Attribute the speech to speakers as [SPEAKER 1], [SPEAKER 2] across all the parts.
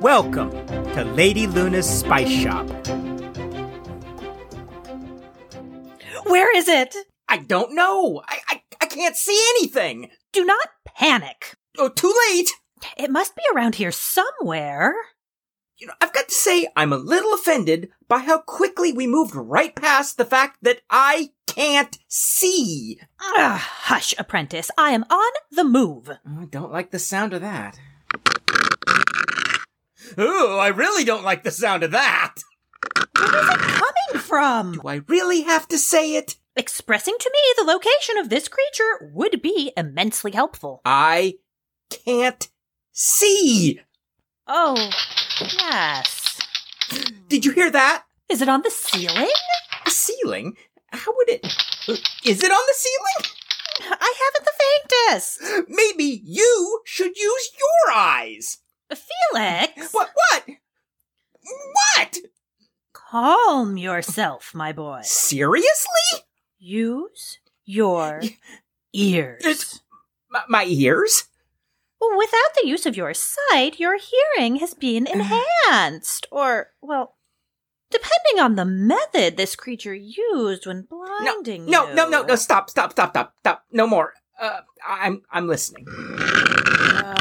[SPEAKER 1] Welcome to Lady Luna's Spice Shop.
[SPEAKER 2] Where is it?
[SPEAKER 1] I don't know. I, I, I can't see anything.
[SPEAKER 2] Do not panic.
[SPEAKER 1] Oh, too late.
[SPEAKER 2] It must be around here somewhere.
[SPEAKER 1] You know, I've got to say, I'm a little offended by how quickly we moved right past the fact that I can't see.
[SPEAKER 2] Ugh, Ah, hush, apprentice. I am on the move.
[SPEAKER 1] Oh, I don't like the sound of that. Ooh, I really don't like the sound of that.
[SPEAKER 2] Where is it coming from?
[SPEAKER 1] Do I really have to say it?
[SPEAKER 2] Expressing to me the location of this creature would be immensely helpful.
[SPEAKER 1] I can't see.
[SPEAKER 2] Oh, yes.
[SPEAKER 1] Did you hear that?
[SPEAKER 2] Is it on the ceiling?
[SPEAKER 1] The ceiling? How would it? Is it on the ceiling?
[SPEAKER 2] I haven't the faintest.
[SPEAKER 1] Maybe you should use your eyes.
[SPEAKER 2] Felix,
[SPEAKER 1] What? What? What?
[SPEAKER 2] calm yourself, my boy.
[SPEAKER 1] Seriously?
[SPEAKER 2] Use your ears.
[SPEAKER 1] It's- M- my ears?
[SPEAKER 2] Without the use of your sight, your hearing has been
[SPEAKER 1] Uh-huh.
[SPEAKER 2] enhanced, or, well, depending on the method this creature used when blinding
[SPEAKER 1] No,
[SPEAKER 2] you.
[SPEAKER 1] no, no, no! Stop! Stop! Stop! Stop! Stop! No more. Uh, I'm I'm listening.
[SPEAKER 2] Uh,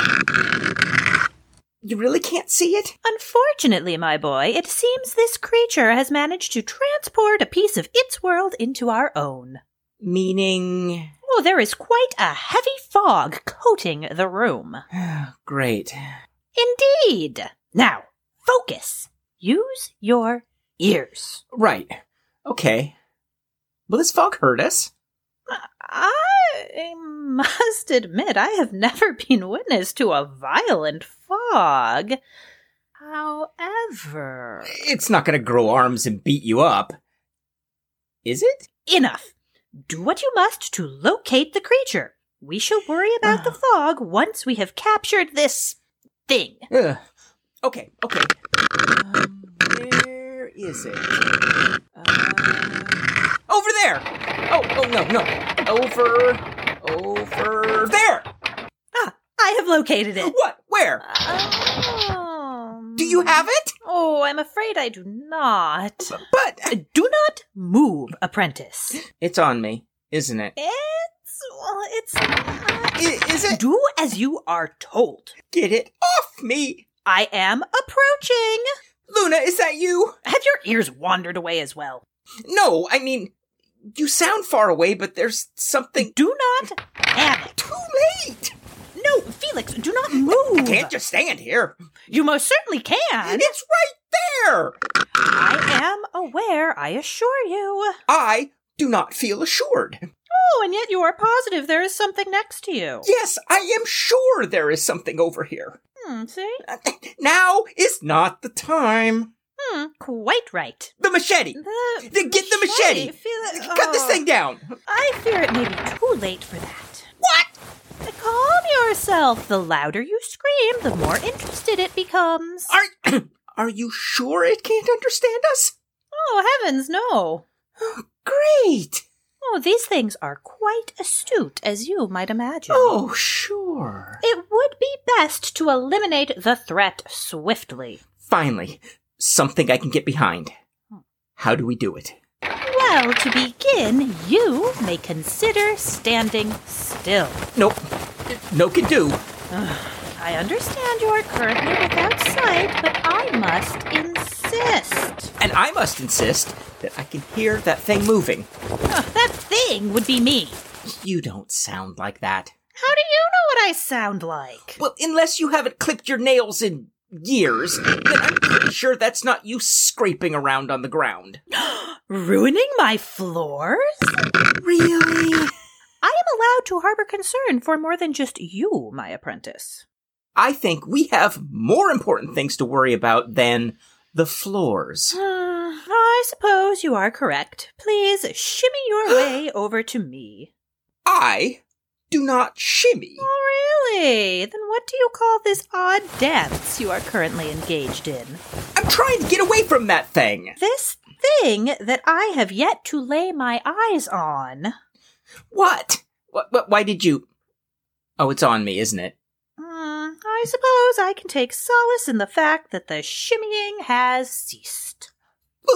[SPEAKER 1] You really can't see it.
[SPEAKER 2] unfortunately, my boy, it seems this creature has managed to transport a piece of its world into our own.
[SPEAKER 1] Meaning,
[SPEAKER 2] Oh, there is quite a heavy fog coating the room.
[SPEAKER 1] great.
[SPEAKER 2] Indeed. Now, focus. Use your ears.
[SPEAKER 1] Right. Okay. Will this fog hurt us?
[SPEAKER 2] I must admit, I have never been witness to a violent fog. However,
[SPEAKER 1] It's not going to grow arms and beat you up. Is it?
[SPEAKER 2] enough. Do what you must to locate the creature. We shall worry about the
[SPEAKER 1] Ah.
[SPEAKER 2] fog once we have captured this thing.
[SPEAKER 1] Ugh. Okay, okay. Um, where is it? Uh, over there! Oh, oh, no, no. Over, over there!
[SPEAKER 2] I have located it.
[SPEAKER 1] What? Where?
[SPEAKER 2] Um,
[SPEAKER 1] Do you have it?
[SPEAKER 2] Oh, I'm afraid I do not.
[SPEAKER 1] But
[SPEAKER 2] Do not move, apprentice.
[SPEAKER 1] it's on me, isn't it?
[SPEAKER 2] It's well, it's.
[SPEAKER 1] I- Is it?
[SPEAKER 2] Do as you are told.
[SPEAKER 1] Get it off me!
[SPEAKER 2] I am approaching.
[SPEAKER 1] Luna, is that you?
[SPEAKER 2] Have your ears wandered away as well?
[SPEAKER 1] No, I mean, you sound far away, but there's something
[SPEAKER 2] Do not panic.
[SPEAKER 1] too late.
[SPEAKER 2] No, Felix, do not move.
[SPEAKER 1] I can't just stand here.
[SPEAKER 2] You most certainly can.
[SPEAKER 1] It's right there.
[SPEAKER 2] I am aware, I assure you.
[SPEAKER 1] I do not feel assured.
[SPEAKER 2] Oh, and yet you are positive there is something next to you.
[SPEAKER 1] Yes, I am sure there is something over here.
[SPEAKER 2] Hmm, see?
[SPEAKER 1] Now is not the time.
[SPEAKER 2] Hmm, quite right.
[SPEAKER 1] The machete.
[SPEAKER 2] The
[SPEAKER 1] Then get the machete.
[SPEAKER 2] Felix,
[SPEAKER 1] Cut this
[SPEAKER 2] oh,
[SPEAKER 1] thing down.
[SPEAKER 2] I fear it may be too late for that.
[SPEAKER 1] What?
[SPEAKER 2] Calm yourself. The louder you scream, the more interested it becomes.
[SPEAKER 1] Are Are you sure it can't understand us?
[SPEAKER 2] Oh, heavens, no.
[SPEAKER 1] Great.
[SPEAKER 2] Oh, these things are quite astute, as you might imagine.
[SPEAKER 1] Oh, sure.
[SPEAKER 2] It would be best to eliminate the threat swiftly.
[SPEAKER 1] Finally, something I can get behind. How do we do it?
[SPEAKER 2] Well, to begin, you may consider standing still.
[SPEAKER 1] Nope. No can do.
[SPEAKER 2] I understand you are currently without sight, but I must insist.
[SPEAKER 1] And I must insist that I can hear that thing moving.
[SPEAKER 2] Ugh, that thing would be me.
[SPEAKER 1] You don't sound like that.
[SPEAKER 2] How do you know what I sound like?
[SPEAKER 1] Well, unless you haven't clipped your nails in years, then I'm pretty sure that's not you scraping around on the ground.
[SPEAKER 2] Ruining my floors?
[SPEAKER 1] Really?
[SPEAKER 2] I am allowed to harbor concern for more than just you, my apprentice.
[SPEAKER 1] I think we have more important things to worry about than the floors.
[SPEAKER 2] Hmm, I suppose you are correct. Please shimmy your way over to me.
[SPEAKER 1] I do not shimmy.
[SPEAKER 2] Oh, really? Then what do you call this odd dance you are currently engaged in?
[SPEAKER 1] I'm trying to get away from that thing.
[SPEAKER 2] This thing that I have yet to lay my eyes on.
[SPEAKER 1] What? What, what why did you? Oh, it's on me, isn't it?
[SPEAKER 2] Hmm, I suppose I can take solace in the fact that the shimmying has ceased.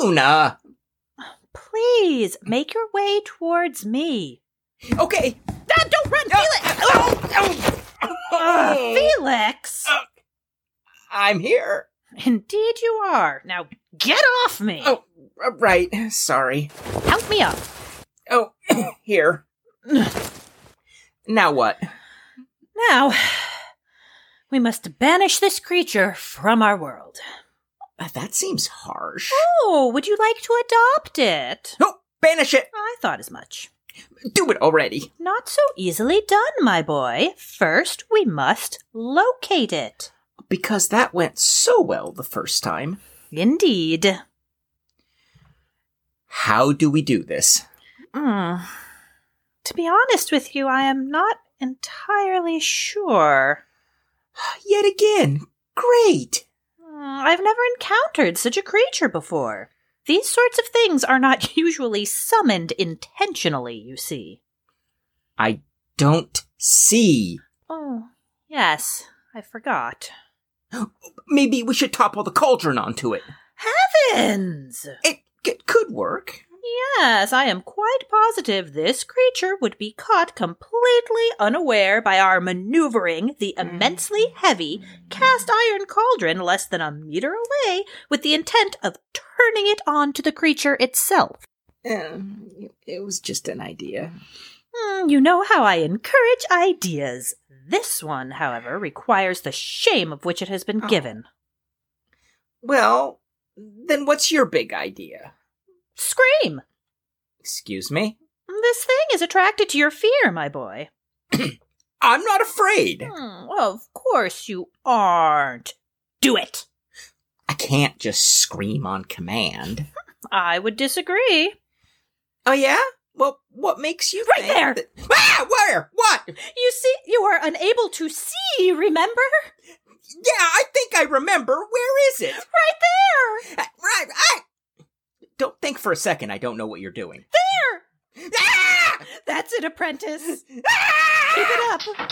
[SPEAKER 1] Una!
[SPEAKER 2] Please make your way towards me.
[SPEAKER 1] Okay.
[SPEAKER 2] Ah, don't run, Felix!
[SPEAKER 1] Oh, oh,
[SPEAKER 2] Ah,
[SPEAKER 1] oh.
[SPEAKER 2] Felix!
[SPEAKER 1] Uh. I'm here.
[SPEAKER 2] Indeed, you are. Now get off me.
[SPEAKER 1] Oh, uh, right. Sorry.
[SPEAKER 2] Help me up.
[SPEAKER 1] Oh, here. Now what?
[SPEAKER 2] Now, we must banish this creature from our world.
[SPEAKER 1] Uh, that seems harsh.
[SPEAKER 2] Oh, would you like to adopt it?
[SPEAKER 1] No, banish it.
[SPEAKER 2] I thought as much.
[SPEAKER 1] Do it already.
[SPEAKER 2] Not so easily done, my boy. First, we must locate it.
[SPEAKER 1] Because that went so well the first time.
[SPEAKER 2] Indeed.
[SPEAKER 1] How do we do this?
[SPEAKER 2] Mm. To be honest with you, I am not entirely sure.
[SPEAKER 1] Yet again. Great.
[SPEAKER 2] Mm, I've never encountered such a creature before. These sorts of things are not usually summoned intentionally, you see.
[SPEAKER 1] I don't see.
[SPEAKER 2] Oh, yes, I forgot.
[SPEAKER 1] Maybe we should topple the cauldron onto it.
[SPEAKER 2] Heavens!
[SPEAKER 1] It, it could work.
[SPEAKER 2] Yes, I am quite positive this creature would be caught completely unaware by our maneuvering the immensely heavy cast iron cauldron less than a meter away with the intent of turning it on to the creature itself.
[SPEAKER 1] Eh, it was just an idea.
[SPEAKER 2] Hmm, you know how I encourage ideas. This one, however, requires the shame of which it has been
[SPEAKER 1] Oh.
[SPEAKER 2] given.
[SPEAKER 1] Well, then what's your big idea?
[SPEAKER 2] Scream!
[SPEAKER 1] Excuse me?
[SPEAKER 2] This thing is attracted to your fear, my boy.
[SPEAKER 1] I'm not afraid.
[SPEAKER 2] Hmm, of course you aren't. Do it!
[SPEAKER 1] I can't just scream on command.
[SPEAKER 2] I would disagree.
[SPEAKER 1] Oh yeah? Well, what makes you
[SPEAKER 2] Right there!
[SPEAKER 1] that- ah, where? What? Yeah,
[SPEAKER 2] You see, you are unable to see, remember?
[SPEAKER 1] I think I remember. Where is it?
[SPEAKER 2] Right there!
[SPEAKER 1] Ah, Right, I don't think for a second I don't know what you're doing.
[SPEAKER 2] There!
[SPEAKER 1] Ah!
[SPEAKER 2] That's it, apprentice.
[SPEAKER 1] Ah!
[SPEAKER 2] Keep it up.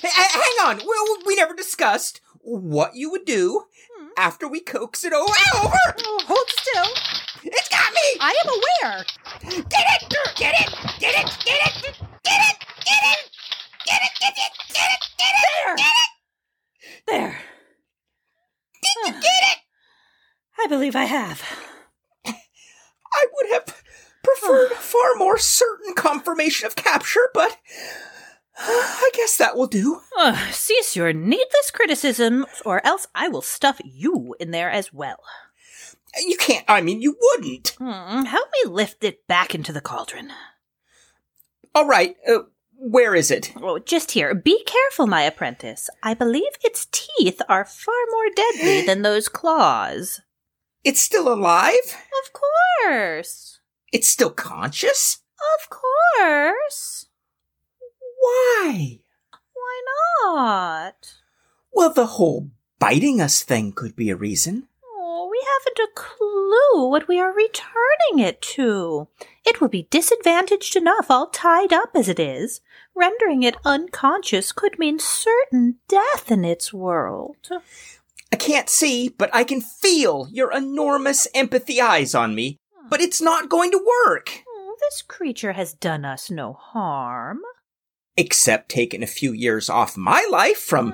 [SPEAKER 1] Hey, h- hang on. We, we never discussed what you would do
[SPEAKER 2] Hmm.
[SPEAKER 1] after we coax it over. over.
[SPEAKER 2] Oh, hold still.
[SPEAKER 1] It's got me.
[SPEAKER 2] I am aware.
[SPEAKER 1] Get it. Get it. Get it. Get it. Get it. Get it. Get it. Get it. Get it. Get it.
[SPEAKER 2] There!
[SPEAKER 1] Get it.
[SPEAKER 2] There.
[SPEAKER 1] Did you get it?
[SPEAKER 2] I believe I have.
[SPEAKER 1] I would have preferred a far more certain confirmation of capture, but I guess that will do.
[SPEAKER 2] Ugh, cease your needless criticism, or else I will stuff you in there as well.
[SPEAKER 1] You can't. I mean, you wouldn't.
[SPEAKER 2] Hmm, help me lift it back into the cauldron.
[SPEAKER 1] All right. Uh, where is it?
[SPEAKER 2] Oh, just here. Be careful, my apprentice. I believe its teeth are far more deadly than those claws.
[SPEAKER 1] It's still alive.
[SPEAKER 2] Of course.
[SPEAKER 1] It's still conscious?
[SPEAKER 2] Of course.
[SPEAKER 1] Why?
[SPEAKER 2] Why not?
[SPEAKER 1] Well, the whole biting us thing could be a reason.
[SPEAKER 2] Oh, we haven't a clue what we are returning it to. It will be disadvantaged enough, all tied up as it is. Rendering it unconscious could mean certain death in its world. Hmm,
[SPEAKER 1] I can't see, but I can feel your enormous empathy eyes on me. But it's not going to work.
[SPEAKER 2] Oh, this creature has done us no harm.
[SPEAKER 1] Except taking a few years off my life from,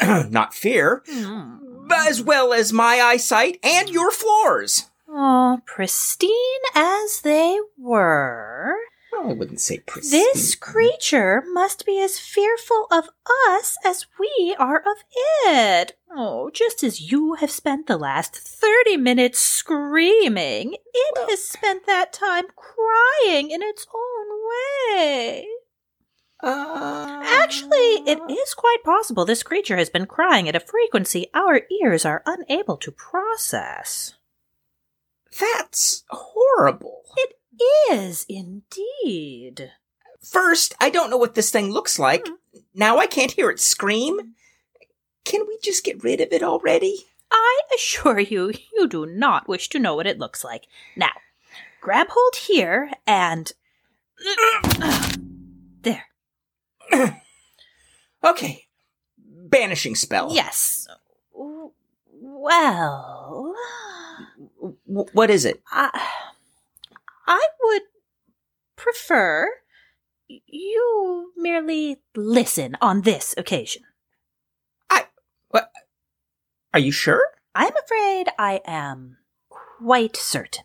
[SPEAKER 1] well, not fear, Hmm. as well as my eyesight and your floors.
[SPEAKER 2] Oh, pristine as they were,
[SPEAKER 1] Well, I wouldn't say pristine.
[SPEAKER 2] this creature must be as fearful of us as we are of it. Oh, just as you have spent the last 30 minutes screaming, it has spent that time crying in its own way.
[SPEAKER 1] Uh,
[SPEAKER 2] Actually, it is quite possible this creature has been crying at a frequency our ears are unable to process.
[SPEAKER 1] That's horrible.
[SPEAKER 2] It is indeed.
[SPEAKER 1] First, I don't know what this thing looks like.
[SPEAKER 2] Hmm.
[SPEAKER 1] Now I can't hear it scream. Can we just get rid of it already?
[SPEAKER 2] I assure you, you do not wish to know what it looks like. Now, grab hold here and. There.
[SPEAKER 1] Okay. banishing spell.
[SPEAKER 2] Yes. W- Well,
[SPEAKER 1] W- what is it?
[SPEAKER 2] I, I would prefer you merely listen on this occasion.
[SPEAKER 1] Are you sure?
[SPEAKER 2] I'm afraid I am quite certain.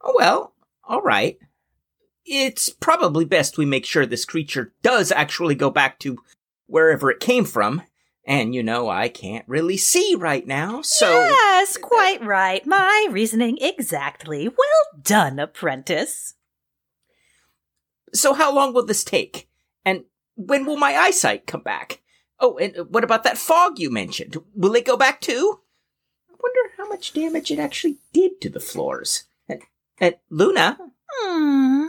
[SPEAKER 1] Oh, well, all right. It's probably best we make sure this creature does actually go back to wherever it came from. And you know, I can't really see right now, so.
[SPEAKER 2] yes, quite right. My reasoning exactly. Well done, apprentice.
[SPEAKER 1] So, how long will this take? And when will my eyesight come back? Oh, and what about that fog you mentioned? Will it go back too? I wonder how much damage it actually did to the floors. And, and Luna,
[SPEAKER 2] Hmm.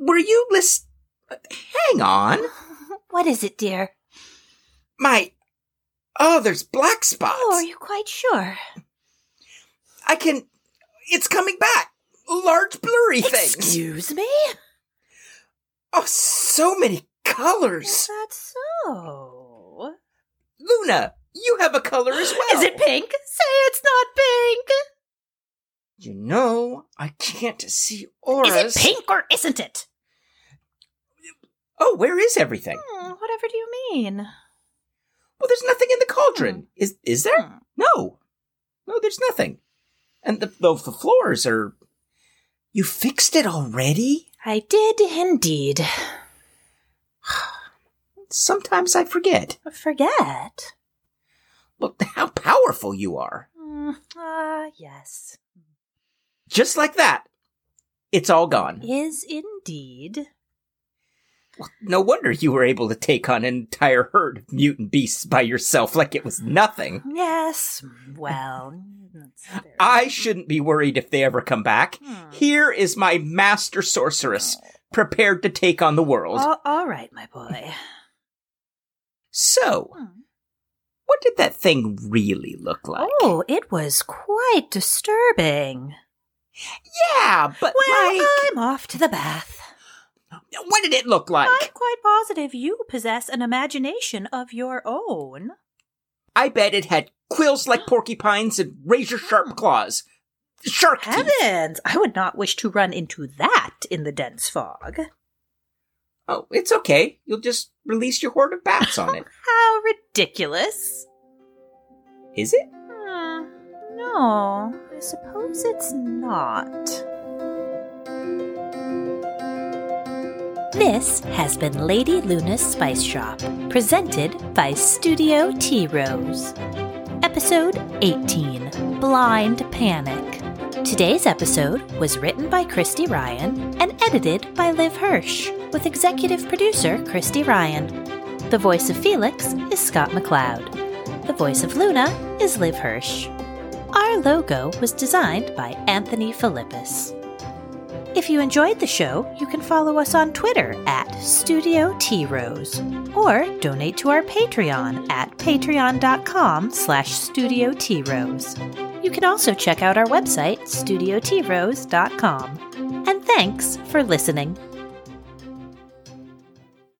[SPEAKER 1] were you list? Hang on.
[SPEAKER 2] What is it, dear?
[SPEAKER 1] My. Oh, there's black spots.
[SPEAKER 2] Oh, are you quite sure?
[SPEAKER 1] I can. It's coming back. Large blurry things.
[SPEAKER 2] Excuse me?
[SPEAKER 1] Oh, so many
[SPEAKER 2] Is
[SPEAKER 1] colors.
[SPEAKER 2] that so?
[SPEAKER 1] Luna, you have a color as well.
[SPEAKER 2] Is it pink? Say it's not pink!
[SPEAKER 1] You know, I can't see auras.
[SPEAKER 2] Is it pink or isn't it?
[SPEAKER 1] Oh, where is everything?
[SPEAKER 2] Hmm, whatever do you mean?
[SPEAKER 1] Well, there's nothing in the cauldron. Is is there?
[SPEAKER 2] Hmm.
[SPEAKER 1] No, no, there's nothing. And the the, the floors are. You fixed it already.
[SPEAKER 2] I did indeed
[SPEAKER 1] Sometimes I forget.
[SPEAKER 2] forget.
[SPEAKER 1] Look how powerful you are.
[SPEAKER 2] Hmm, Ah, yes.
[SPEAKER 1] Just like that, it's all gone.
[SPEAKER 2] Is indeed.
[SPEAKER 1] No wonder you were able to take on an entire herd of mutant beasts by yourself like it was nothing.
[SPEAKER 2] Yes. Well, that's very-
[SPEAKER 1] I shouldn't be worried if they ever come back.
[SPEAKER 2] Hmm.
[SPEAKER 1] Here is my master sorceress, prepared to take on the world.
[SPEAKER 2] All- all right, my boy.
[SPEAKER 1] So,
[SPEAKER 2] Hmm.
[SPEAKER 1] what did that thing really look like?
[SPEAKER 2] Oh, it was quite disturbing.
[SPEAKER 1] Yeah, but
[SPEAKER 2] Well,
[SPEAKER 1] Uh,
[SPEAKER 2] uh,
[SPEAKER 1] like,
[SPEAKER 2] I'm off to the bath.
[SPEAKER 1] what did it look like?
[SPEAKER 2] I'm quite positive you possess an imagination of your own.
[SPEAKER 1] I bet it had quills
[SPEAKER 2] oh.
[SPEAKER 1] like porcupines and razor sharp claws. Shark teeth.
[SPEAKER 2] Heavens! I would not wish to run into that in the dense fog.
[SPEAKER 1] Oh, it's okay. You'll just release your horde of bats on it.
[SPEAKER 2] How ridiculous!
[SPEAKER 1] Is it?
[SPEAKER 2] Hmm. No, I suppose it's not. This has been Lady Luna's Spice Shop, presented by Studio T Rose. Episode 18 Blind Panic. Today's episode was written by Christy Ryan and edited by Liv Hirsch, with executive producer Christy Ryan. The voice of Felix is Scott McLeod. The voice of Luna is Liv Hirsch. Our logo was designed by Anthony Philippus. If you enjoyed the show, you can follow us on Twitter at Studio T Rose or donate to our Patreon at patreon.com slash Studio T Rose. You can also check out our website, studiotrose.com. And thanks for listening.